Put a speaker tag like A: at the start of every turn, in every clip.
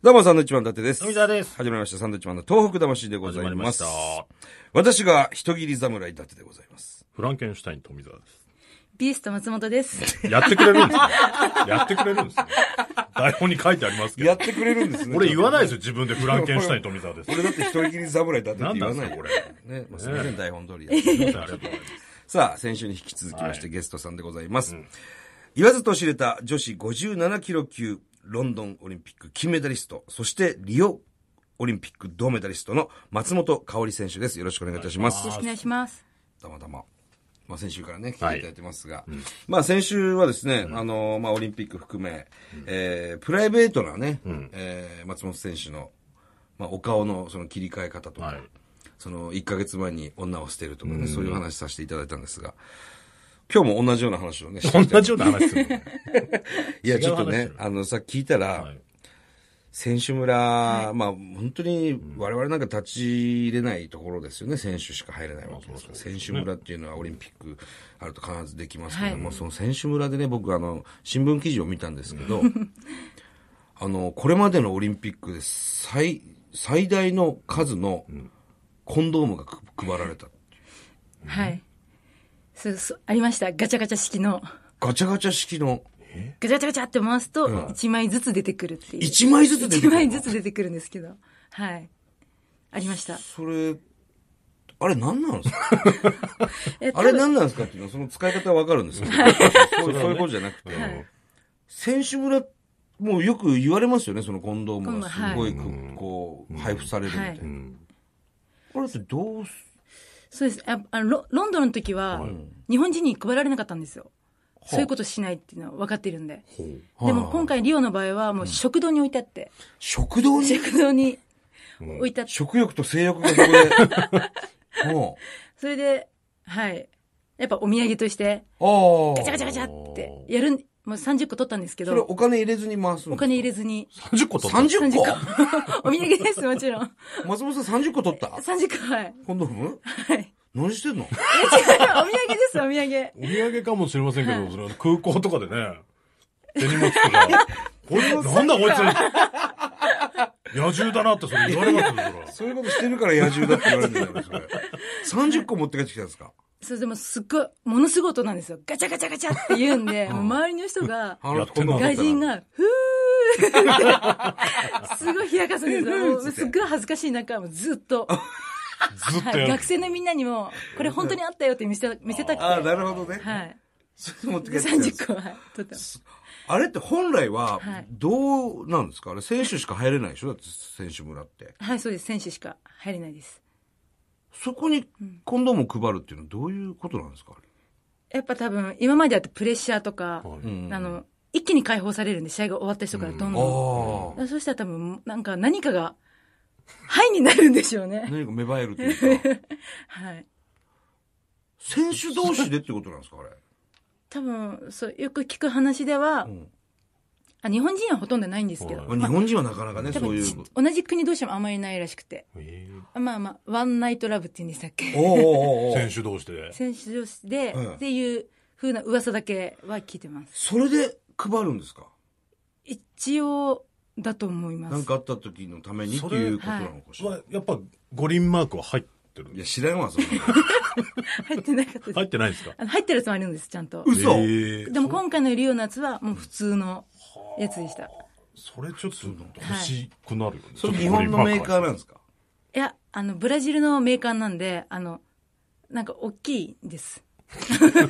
A: どうも、サンドウィッチマン伊達です。
B: 富澤です。
A: 始まりました、サンドウィッチマンの東北魂でございます。
B: 始まりました
A: 私が、人斬り侍伊達でございます。
B: フランケンシュタイン富澤です。
C: ビースト松本です。
B: やってくれるんです ね。やってくれるんですね。台本に書いてありますけ
A: やっ
B: ど。
A: てくれるんですね。
B: 俺言わないです
A: よ。
B: よ、自分でフランケンシュタイン富澤です。
A: 俺だって人斬り侍伊達って
B: なん
A: 言
B: な
A: わ
B: んで
A: な
B: す
A: い
B: か、これ。
A: ね、まあ、すみません、台本通りや。
B: あ りがとうございます。
A: さあ、先週に引き続きまして、
B: はい
A: ゲストさんでございます。言わずと知れた女子57キロ級、ロンドンオリンピック金メダリスト、そしてリオオリンピック銅メダリストの松本香里選手です。よろしくお願いいたします
C: よろ。しくお願いします。
A: たまたま。まあ、先週からね、来ていた
B: は
A: だ
B: い
A: いてますが、まあ、先週はですね、あの、まあ、オリンピック含め、えープライベートなね、えー松本選手の、まあ、お顔のその切り替え方とか、
B: はい
A: その、1ヶ月前に女を捨てるとかね、そういう話させていただいたんですが、今日も同じような話をね、していきた
B: 同
A: い
B: じような話するのね。
A: いや、ちょっと
B: 違う話
A: ね
B: だ、よ
A: あの、さ、聞いたら、
B: はい
A: 選手村、まあ、本当に我々なんか立ち入れないところですよね、選手しか入れないわけですから、選手村っていうのはオリンピックあると必ずできますけども、その選手村でね、僕、あの、新聞記事を見たんですけど、あの、これまでのオリンピックで最、最大の数のコンドームがく配られた。
C: はい。そうそう、ありました。ガチャガチャ式の。
A: ガチャガチャ式の
C: ガチャガチャガチャって回すと、1枚ずつ出てくるっていう。
A: 1枚ずつ出てくる
C: 一枚ずつ出てくるんですけど。はい。ありました。
A: それ、あれ何なんですか
C: え、
A: あ
C: 多
A: れ
C: 分、
A: 何なんですかっていうのは、その使い方はわかるんですけど、そうそういうことじゃなくて、
C: はい
A: 選手村、もうよく言われますよね、そのコンドームがすごい、
C: コ
A: くこう、配布されるみたいな。
C: はい
A: これってどうす、
C: そうです。ああのロロンドンの時は、日本人に配られなかったんですよ。そういうことしないっていうのは分かってるんで。でも今回リオの場合はもう食堂に置いてあって、
A: 食堂に
C: 食堂に置いてあって、
A: 食欲と性欲がそこ で。も
C: それで、はい。やっぱお土産として、
A: う、あ
C: ガチャガチ
A: あ。
C: ャガチャってやるん、もう30個取ったんですけ
A: それ
C: ど、
A: お金入れずに回すの
C: お金入れずに。
B: 30個取った。
A: 30
C: 30
A: 個
C: 個 お土産です、もちろん。
A: 松本さん30個取った
C: 30個、はい。
A: コンドーム
C: はい。
A: 何してんの
C: お土産です、お土産。
B: お土産かもしれませんけど、それは空港とかでね、手荷物とか。こいつ、なんだこいつ。野獣だなってそれ言われますよ、そ
A: そういうことしてるから野獣だって言われるんだよ、それ。30個持って帰ってきたんですか
C: そう、でもすっごい、ものすごい音なんですよ。ガチャガチャガチャって言うんで、もう周りの人が、
A: あ
B: や
A: の
B: って
A: コ
B: ん
A: ンド
B: な
A: ーム
C: 外人が、ふーすごい冷やかすんですよ。もうすっごい恥ずかしい中、もうずっと、
B: れ。ずっ
C: は
B: とや
C: い、
B: る。
C: 学生のみんなにも、これ本当にあったよって見せた見せたくて。
A: ああ、なるほどね。
C: はい。
A: それ持って帰
C: で、
A: ってきたんです
C: 30個、はい、取った。
A: あれって本来は
C: はい、
A: どうなんですか、あれ選手しか入れないでしょだって選手村って。
C: はい、そうです。選手しか入れないです。
A: そこにコンドームを配るっていうのはどういうことなんですかあれ
C: やっぱ多分、今までだとプレッシャーとか、
B: はい
C: あの、一気に解放されるんで、試合が終わった人からどんど
A: あ
C: ん。そうしたら多分、なんか何かが、はいになるんでしょう
A: あ。
C: ね。
A: 何か芽生えるというか。
C: はい。
A: 選手同士でってことなんですかあれ。
C: 多分、そう、よく聞く話では、あ日本人はほとんどないんですけど、
A: まあ日本人はなかなかね、
C: 多
A: そう
C: 分
A: い
C: ち
A: う。
C: 同じ国同士もあんまりないらしくて。
B: え
C: まあまあ、ワンナイトラブって言うんでしたっ
A: お
C: け
A: うおうお
B: ー
A: うおう
B: 選手同士で。
C: 選手同士で、
A: うん
C: っていう風な噂だけは聞いてます。
A: それで配るんですか
C: 一応、だと思います。
A: 何かあった時のためにっていうことなのかしら
B: は。やっぱ五輪マークは入ってるん
A: い
B: で
A: や、
B: す
A: 知らんわ、そんな の。
C: 入ってなかったです。
B: 入ってないんですか
C: あの入ってるやつもあるんです、ちゃんと。
A: 嘘
B: えー
C: でも今回のリオのやつはもう普通のやつでした。い
B: それちょっと欲しくなるよね。
A: それ日本のメーカーなんんですか
C: や、あの、ブラジルのメーカーなんで、あの、なんか大きいんです。大きいんです。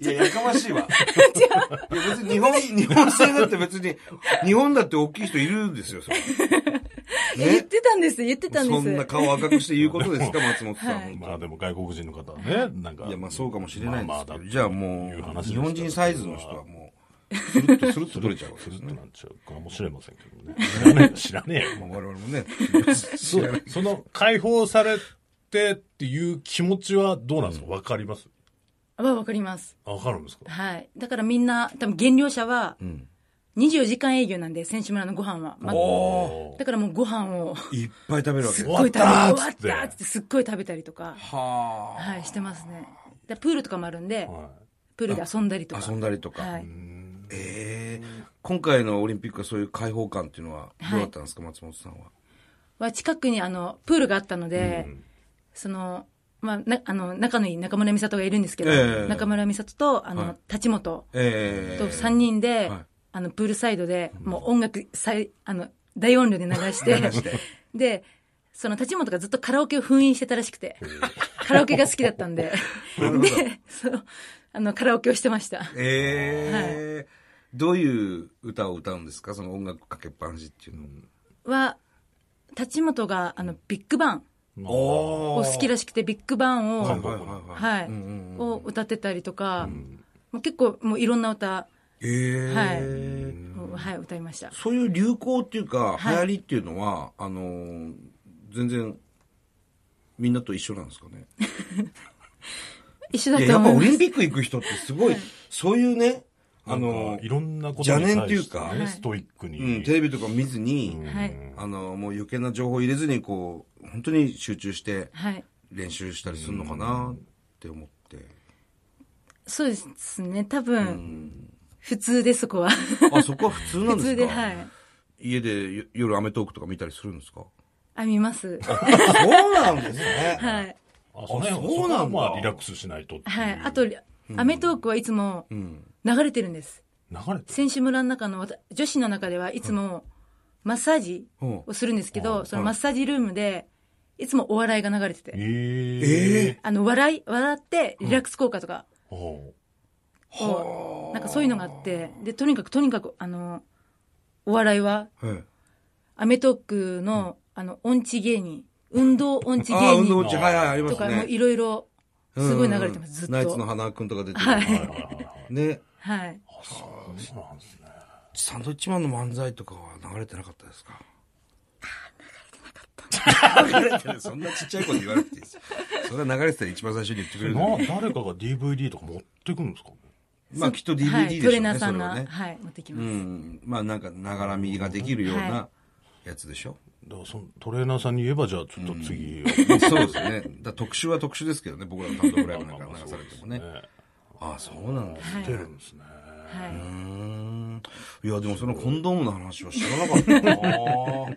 A: いや、やかまし いわ。いや、別に日本、日本製だって別に、日本だって大きい人いるんですよ、それ。
C: 言っ
A: ね。
C: てたんです、言ってたんです。
A: そんな顔赤くして言うことですか、松本さん。
C: は
A: 本当
B: まあでも外国人の方はね、なんか。
A: いや、まあそうかもしれないんですけ
B: まあ
A: ど、
B: まあ
A: じゃあも
B: いう
A: う、
B: 話
A: 日本人サイズの人はも
B: スルッと、スルッと
A: 取れちゃうわけ
B: ス
A: で
B: ル
A: す
B: ッ
A: ね
B: となっちゃうかもしれませんけどね。知らねえよ知らねえ
A: う、
B: よ。
A: まあ我々もね、知
B: そ、
A: らないう
B: その解放されてっていう気持ちはどうなんですかわかります
C: はわかります。
B: あわかるんですか
C: はい。だからみんな、多分減量者は
A: ん、
C: 24時間営業なんで、選手村のご飯は。ま
A: お
C: だからもうご飯を、
A: いっぱい食べるわけ
C: すっ
A: です。
C: ごい食べ
B: 終
C: 終
B: わっ
C: わった
B: ーっつって
C: たーっつってすっごい食べたりとか、
A: は
C: はい、してますね。でプールとかもあるんで、
B: は
C: プールで遊んだりとか。
A: あ。遊んだりとか。
C: はい。
A: ええ今回のオリンピックはそういう開放感っていうのはどうだったんですか、松本さんは。
C: は近くにあの、プールがあったので、その、まあ、な、あの、仲のいい中村美里がいるんですけど、
A: ええ
C: 中村美里と、あの、
A: はい
C: 立本
A: ええ
C: と3人で、
A: はい
C: あの、プールサイドで、もう音楽、さいあの、大音量で流 して、 で、その立本がずっとカラオケを封印してたらしくて、カラオケが好きだった んで、で、その、あの、カラオケをしてました。
A: ええどういう歌を歌うんですかその音楽かけっぱなしっていうの。
C: は、立本が、あの、ビッグバン
A: お
C: を好きらしくて、ビッグバンを、
A: はい
B: 韓国
A: はいはいはい
C: はい、を歌ってたりとか、もう結構もういろんな歌
A: ええ
C: を、はい、歌いました。
A: そういう流行っていうか、流
C: はい
A: 行りっていうのは、あのー全然、みんなと一緒なんですかね。
C: 一緒だ
A: いや、や
C: と
A: っぱ
C: 思
A: オ
C: い
A: リ
C: ま
A: ン
C: す。
A: ピック行く人ってすごい、そういうね、あ
B: あの
A: の
B: い
A: ー
B: ろんなことに対
A: 邪念っていう
B: して
A: か
C: は
B: ね
C: い
B: ストイックに、
A: うん、テレビとか見ずに、
C: はい。
A: あのーもう余計な情報入れずに、こう、本当に集中して
C: はい。
A: 練習したりするのかなって思って。
C: そうですね。多分、普通でそこは。
A: あ、そこは普通なん
C: 普
A: ですか
C: 通で、はい。
A: 家でよ夜アメトーークとか見たりするんですか
C: あ、見ます。
A: そうなんですね。
C: はい。
B: あそ
A: あそう
B: の辺は
A: なんだ
B: そこはまあリラックスしないとっていう
C: はい。あと、アメトーークはいつも流れてるんです。
B: 流れて
C: 選手村の中のわた女子の中ではいつもマッサージをするんですけど、そのマッサージルームでいつもお笑いが流れてて、
B: ええ
C: あの、笑い、笑ってリラックス効果とか
B: ーお
C: を、なんかそういうのがあって、で、とにかくとにかく、あの、お笑いは、
A: はい
C: アメトーークの、あの、音痴芸人、運動音痴
A: あ、
C: 芸
A: 運動音
C: 人
A: 痴、はいはい、ありま
C: と
A: す
C: か、もう
A: ね。
C: いろいろ、すごい流れてます、ずっ
A: ナイツの
C: と。
A: 花くんとか出てる。
B: ーはいはいはいはい
A: ね。
C: はい。
B: あそうなんですね
A: サンドイッチマンの漫才とかは流れてなかったですか流れてなかった。そんなちっちゃい子で言わなくていいです。それは流れてたら一番最初に言ってくれるの
B: な
A: に。
B: 誰かが DVD とか持ってくんですかね
A: まあきっと DVD
C: は
A: でし
C: い、
A: ょ
C: ト
A: う
C: レ
A: ね、
C: ーナー
A: そ
C: さ
A: れ
C: ん
A: は
C: が、
A: ね。
C: はい、持ってき
A: う
C: ます。
A: ん。まあなんか、ながら見ができるようなやつでしょ。
B: だからそのトレーナーさんに言えばじゃあちょっと次、
A: そうですね。だから特集は特集ですけどね、僕らの単独ライブなんか流されて もね。ああ、そうなんですね。
B: 出るんですね
C: は
A: う
C: い。
A: ーんいや、でもそのコンドームの話は知らなかった な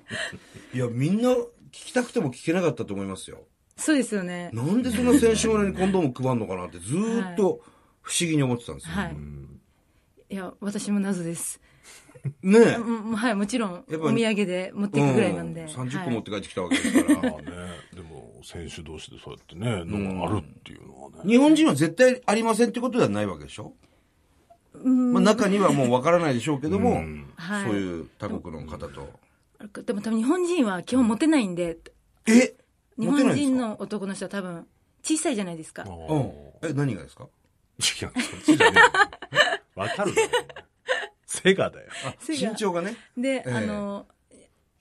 A: いや、みんな聞きたくても聞けなかったと思いますよ。
C: そうですよね。
A: なんでそんな選手村にコンドーム配るのかなってずーっと不思議に思ってたんですよ。
C: はい。いや、私も謎です。
A: ねえ。
C: うんはい、もちろん、
A: やっ
C: お
A: ぱ
C: 土産で持っていくぐらいなんで。
A: う30個
C: はい
A: 持って帰ってきたわけですから。
B: まあねでも選手同士でそうやってねのがあるっていうのはね、
A: 日本人は絶対ありませんってことではないわけでしょまあ中にはもうわからないでしょうけども、
C: はい
A: そういう他国の方と。
C: でも多分日本人は基本持てないんで、
A: え
C: 日
A: モテないんで
C: 本
A: す
C: 人
A: か
C: の男の人は多分小さいじゃないですか
B: あ。
A: う
B: ー
A: ん。え、何がですか
B: 違う、そっちじゃねえよわかるだろセガだよ。
C: 背が
A: 身長がね。
C: で、
A: ええ
C: あの、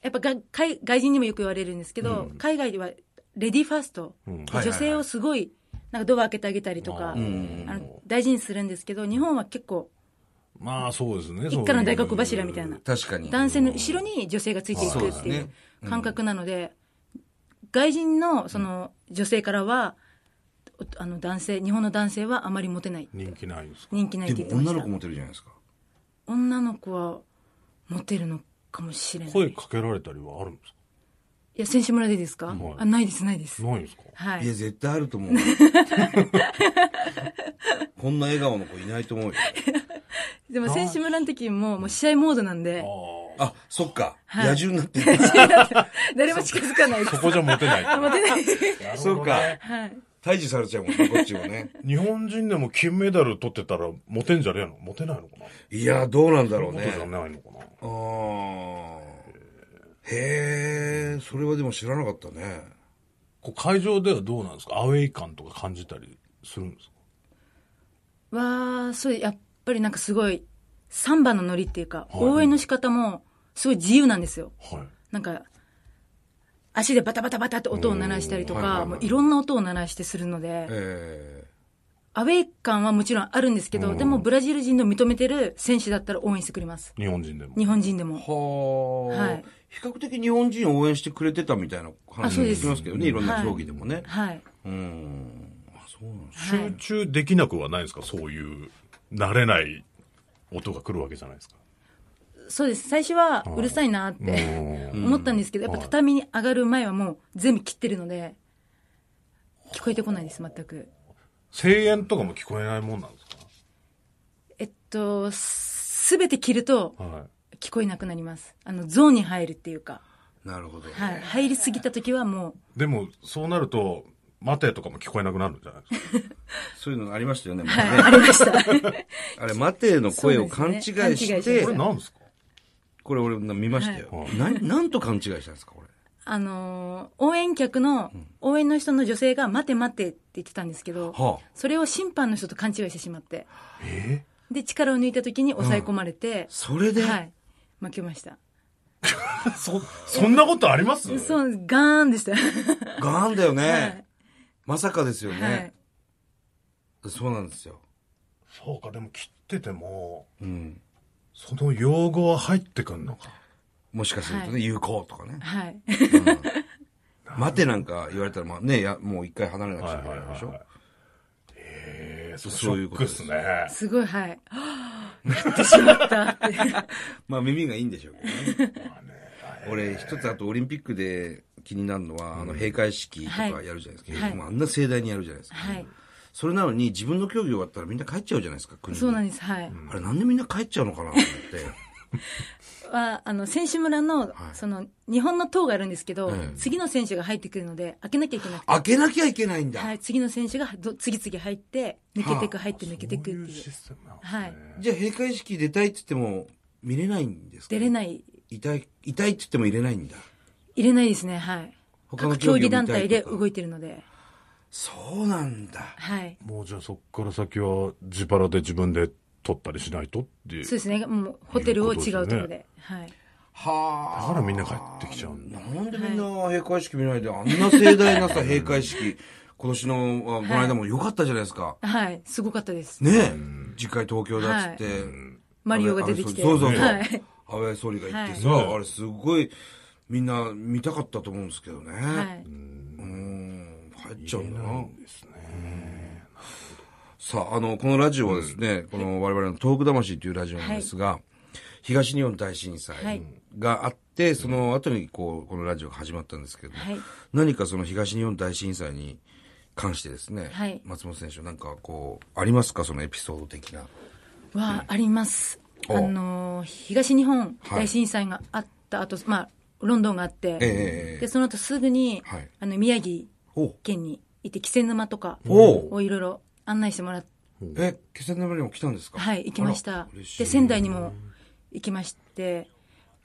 C: やっぱが海外人にもよく言われるんですけど、海外ではレディーファースト、
B: ん
A: はいはいはい
C: 女性をすごい、なんかドア開けてあげたりとか、あ
B: うん
C: の大事にするんですけど、日本は結構、
B: まあそうですね。
C: 一家の大黒柱みたいな。
A: 確かに。
C: 男性の後ろに女性がついていくっていう感覚なので、外人のその女性からは、あの男性、日本の男性はあまりモテない。
B: 人気ないんですか
C: 人気ないっ
A: で
C: て言って
A: も
C: ま
A: 女の
C: し
A: 子
C: た。
A: モテるじゃないですか。
C: 女の子はモテるのかもしれない。
B: 声かけられたりはあるんです
C: いや、選手村でですか、
B: はい
C: あ、ないです、ないです
B: か。ないんですか
C: はい
A: や、
C: い。
A: 絶対あると思う。こんな笑顔の子いないと思うよ。
C: でも選手村の時も、もう試合モードなんで
B: あ、
A: あ、そっか。
C: い
A: 野獣になってる。
C: 誰も近づかない
B: あ。
C: です。
B: そこじゃモテ ない。
C: モテない。
A: そうか。
C: はい。
A: 退治されちゃうもんね、こっちもね。
B: 日本人でも金メダル取ってたらモテんじゃねえのモテないのかない
A: や、どうなんだろう
B: モ
A: ね
B: テじ。ゃないのかな
A: あーへえ、それはでも知らなかったね。
B: こう会場ではどうなんですかアウェイ感とか感じたりするんですか
C: わあ、そう、やっぱりなんかすごい、サンバのノリっていうか、応援の仕方も、すごい自由なんですよ。
B: はい。
C: なんか、足でバタバタバタって音を鳴らしたりと
A: うんはいはいは
C: か、
A: い
C: もういろんな音を鳴らしてするので、
A: え
C: アウェイ感はもちろんあるんですけど、でもブラジル人の認めてる選手だったら応援してくれます。
B: 日本人でも。
C: 日本人でも。
A: ー。はー
C: はい
A: 比較的日本人を応援してくれてたみたいな
C: あ
A: 話
C: そう
A: も
C: で
A: 聞
C: す
A: きますけどね、いろんな競技でもね。
C: はい。
A: うん。あ、そうなんですね
C: はい
B: 集中できなくはないんですかそういう、慣れない音が来るわけじゃないですか。
C: そうです。最初はうるさいなっ
B: も
C: て
B: う
C: 思ったんですけど、やっぱ
B: はい
C: 畳に上がる前はもう全部切ってるので、聞こえてこないです、全く。
B: 声援とかも聞こえないもんなんです
C: えっと、すべて切ると
B: かはい。
C: 聞こえなくなります。あの、ゾーンに入るっていうか、
A: なるほど。
C: はい。入りすぎた時はも
B: でも、そうなると、待てとかも聞こえなくなるんじゃないですか。
A: そういうのありましたよね。
C: う、
A: ま
C: はい、
A: あ
C: あ
A: ね
C: りました。
A: あれ、待ての声を
C: そう
A: 勘違
C: で
A: い
C: すね勘違い
A: し
C: して
A: て
B: これ、なんですか
A: これ俺見ましたよ
B: は。
A: な、なんと勘違いしたんですか、これ。
C: あのー応援客の、応援の人の女性が、待て待てって言ってたんですけど、
A: はあ
C: それを審判の人と勘違いしてしまって、
B: え
C: で、力を抜いた時に抑え込まれて、
A: それで、
C: はい、負けました。
B: そ、そんなことあります
C: そう、ガーンでした。
A: ガーンだよね。
C: はい
A: まさかですよ
C: は
A: ね
C: い。。
A: そうなんですよ。
B: そうか、でも切ってても、
A: うん。
B: その用語は入ってくんのか。
A: もしかするとね、
C: は
A: 有効とかね。
C: はい。
A: 待てなんか言われたら、まあね、や、もう一回離れなくちゃいけないでしょ。
B: ええ、そ
A: そういうことです
B: ショックっす
C: すごい、はい。やってしまったって。
A: まあ耳がいいんでしょうけどね。
B: ね。まあねあれ
A: 俺、一つあとオリンピックで気になるのは、あの、閉会式とかやるじゃないですか。
C: はいはい
A: もうあんな盛大にやるじゃないですか。
C: はい。
A: それなのに、自分の競技終わったらみんな帰っちゃうじゃないですか、国に
C: そうなんです、はい。
A: あれ、なんでみんな帰っちゃうのかなと思 って。
C: は、あの、選手村の、
A: はい
C: その、日本の塔があるんですけど、
A: ええ
C: 次の選手が入ってくるので、開けなきゃいけなくて。
A: 開けなきゃいけないんだ。
C: はい、次の選手がど次々入って、抜けてく、入って抜けてくって
B: そういう
C: い
B: シ
C: う。
B: ステムなんですね
C: はい。
A: じゃあ、閉会式出たいって言っても、見れないんですか
C: 出れ
A: い。
C: ない、
A: 痛い、痛いって言っても入れないんだ。
C: 入れないですね、はい。
A: 他の
C: 各
A: 競技を
C: 競技
A: 見たい
C: 団体で
A: とか
C: 動いてるので、
A: そうなんだ。
C: はい。
B: もうじゃあそっから先は自腹で自分で取ったりしないとっていう
C: そうですね、もう、ホテルを違うところで、はい。
A: はあ。
B: だからみんな帰ってきちゃうんだ
A: なんでみんな閉会式見ないで、あんな盛大 なさ、閉会式、今年の、あこの間も良かったじゃないですか。
C: はい、すごかったです。
A: ねえ、次回東京だっつって、
C: マリオが出てきて。
A: そうそうそう。
C: はい。
A: 安倍総理が行ってさ、
B: はい
A: あれすごい、みんな見たかったと思うんですけどね。
C: はい。
A: うん、入っちゃうんだ
B: な。
A: なん
B: ですね
A: さあ、あの、このラジオはですね、この我々の東北魂というラジオなんですが、東日本大震
C: はい
A: 災があって、その後にこう、このラジオが始まったんですけども、
C: はい
A: 何かその東日本大震災に関してですね、
C: はい
A: 松本選手なんかこう、ありますかそのエピソード的な。
C: は、あります。
A: お
C: あの、東日本
A: はい
C: 大震災があった後、まあ、ロンドンがあって、
A: ええ
C: で、その後すぐに、
A: はい
C: あの、宮城
A: お
C: 県に行って、気仙沼とか
A: お
C: をいろいろ案内してもらって、
A: え、気仙沼にも来たんですか
C: はい、行きました。で、
A: 仙
C: 仙
A: 台。
C: 台にも行きまして、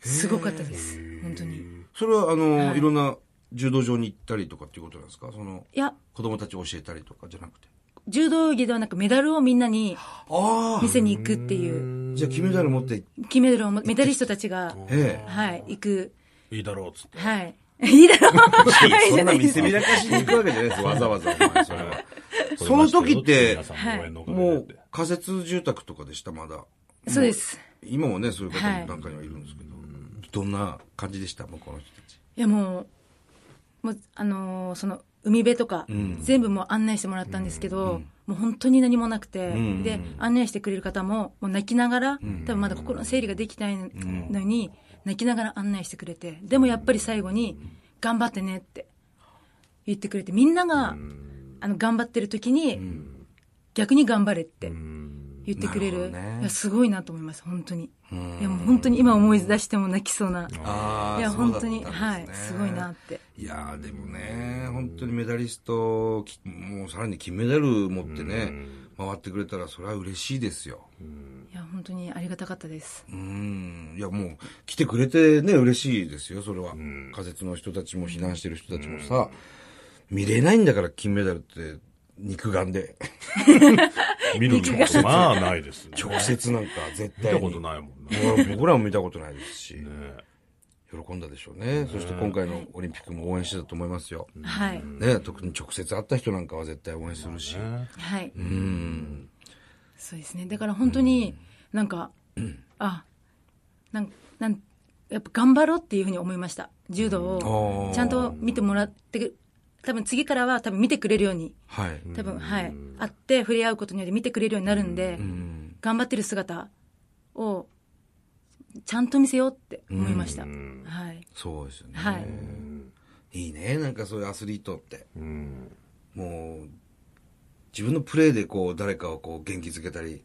C: すごかったです。本当に。い
A: それは、あの、
C: はい
A: いろんな柔道場に行ったりとかっていうことなんですかその、
C: や、
A: 子供たちを教えたりとかじゃなくて。
C: 柔道着ではなくメダルをみんなに
A: あ
C: 見せに行くっていう、
A: あ。じゃあ、金メダル持って行って
C: 金メダルをも、メダリストたちが、
A: え
C: はい、行く、
B: いいだろうっつって
C: はい。 いいだ ろう
A: え。そんな見せびらかしに行くわけじゃない です。わざわざ、お前、それは。 その時って
B: 皆さんの応援のおかげで
A: もう、仮設住宅とかでした、まだ。
C: そうです。
A: 今もね、そういう
C: は
A: 方
C: い
A: なんかにはいるんですけど。どんな感じでした、向こうの人たち。
C: いやもう、もう、あのーその、海辺とか、全部もう案内してもらったんですけど、もう本当に何もなくて、
A: ん
C: で、案内してくれる方も、もう泣きながら、多分まだ心の整理ができてないのに、泣きながら案内してくれて、でもやっぱり最後に、頑張ってねって言ってくれて、みんなが、あの、頑張ってる時に、逆に頑張れって言ってくれる。
A: なるほどね
C: いや、すごいなと思います、本当に。いや、もう本当に今思い出しても泣きそうな。
A: ああ、
C: いや、
A: そう
C: 本
A: だった
C: 当
A: ん
C: に、
A: ですね
C: はい、すごいなって。
A: いやーでもね、本当にメダリスト、きもうさらに金メダル持ってね、回ってくれたらそれは嬉しいですよ。
C: いや、本当にありがたかったです。
A: うん。いやもう来てくれてね、嬉しいですよ、それは。仮設の人たちも避難してる人たちもさ、見れないんだから金メダルって肉眼で。
B: 見るのもまあないですね
A: 直接なんか絶
B: 見
A: 対
B: た
A: に。
B: ことないもんね
A: 僕ら僕らも見たことないですし、
B: ね
A: 喜んだでしょうね。そして今回のオリンピックも応援してたと思いますよ。
C: はい。
A: ね、特に直接会った人なんかは絶対応援するし。
C: はい。
A: うん。
C: そうですね。だから本当に、なんか、あ、なん、なん、やっぱ頑張ろうっていうふうに思いました。柔道
A: あ
C: を
A: ー、
C: ちゃんと見てもらって、多分次からは多分見てくれるように、
A: はい。
C: 多分、はい。会って触れ合うことによって見てくれるようになるんで、頑張ってる姿をちゃんと見せようって思いました。
B: うん
C: はい。
A: そうですよね。
C: はい
A: い、いね。なんかそういうアスリートって。
B: うん
A: もう、自分のプレーでこう、誰かをこう、元気づけたり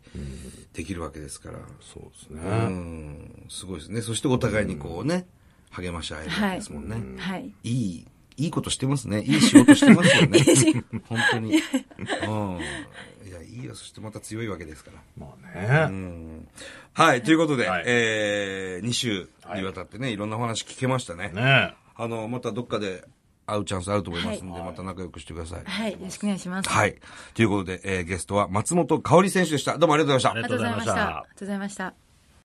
A: できるわけですから。
B: そうです
A: う
B: ね。
A: ん。すごいですね。そしてお互いにこうね、励まし合えるわけですもんね。
C: はい。
A: いい、いいことしてますね。 いい仕事してますよね。本当に。うん。いや、いいよ。そしてまた強いわけですから。
B: まあね。
A: はい、ということで、
B: はい
A: えー、2週にわたってね、いろんなお話聞けましたね。
B: ね
A: あの、またどっかで会うチャンスあると思いますんで、
C: は
A: また仲良くしてください。
C: はい。よろしくお願いします。
A: は
C: あ
A: い。ということで、えーゲストは松本香織選手でした。どうもありがとうございました
B: ありがと
C: りがと
B: う
C: う
B: ご
C: ご
B: ざ
C: ざ
B: い
C: い
B: まし
C: ましたた。ありがとうございました。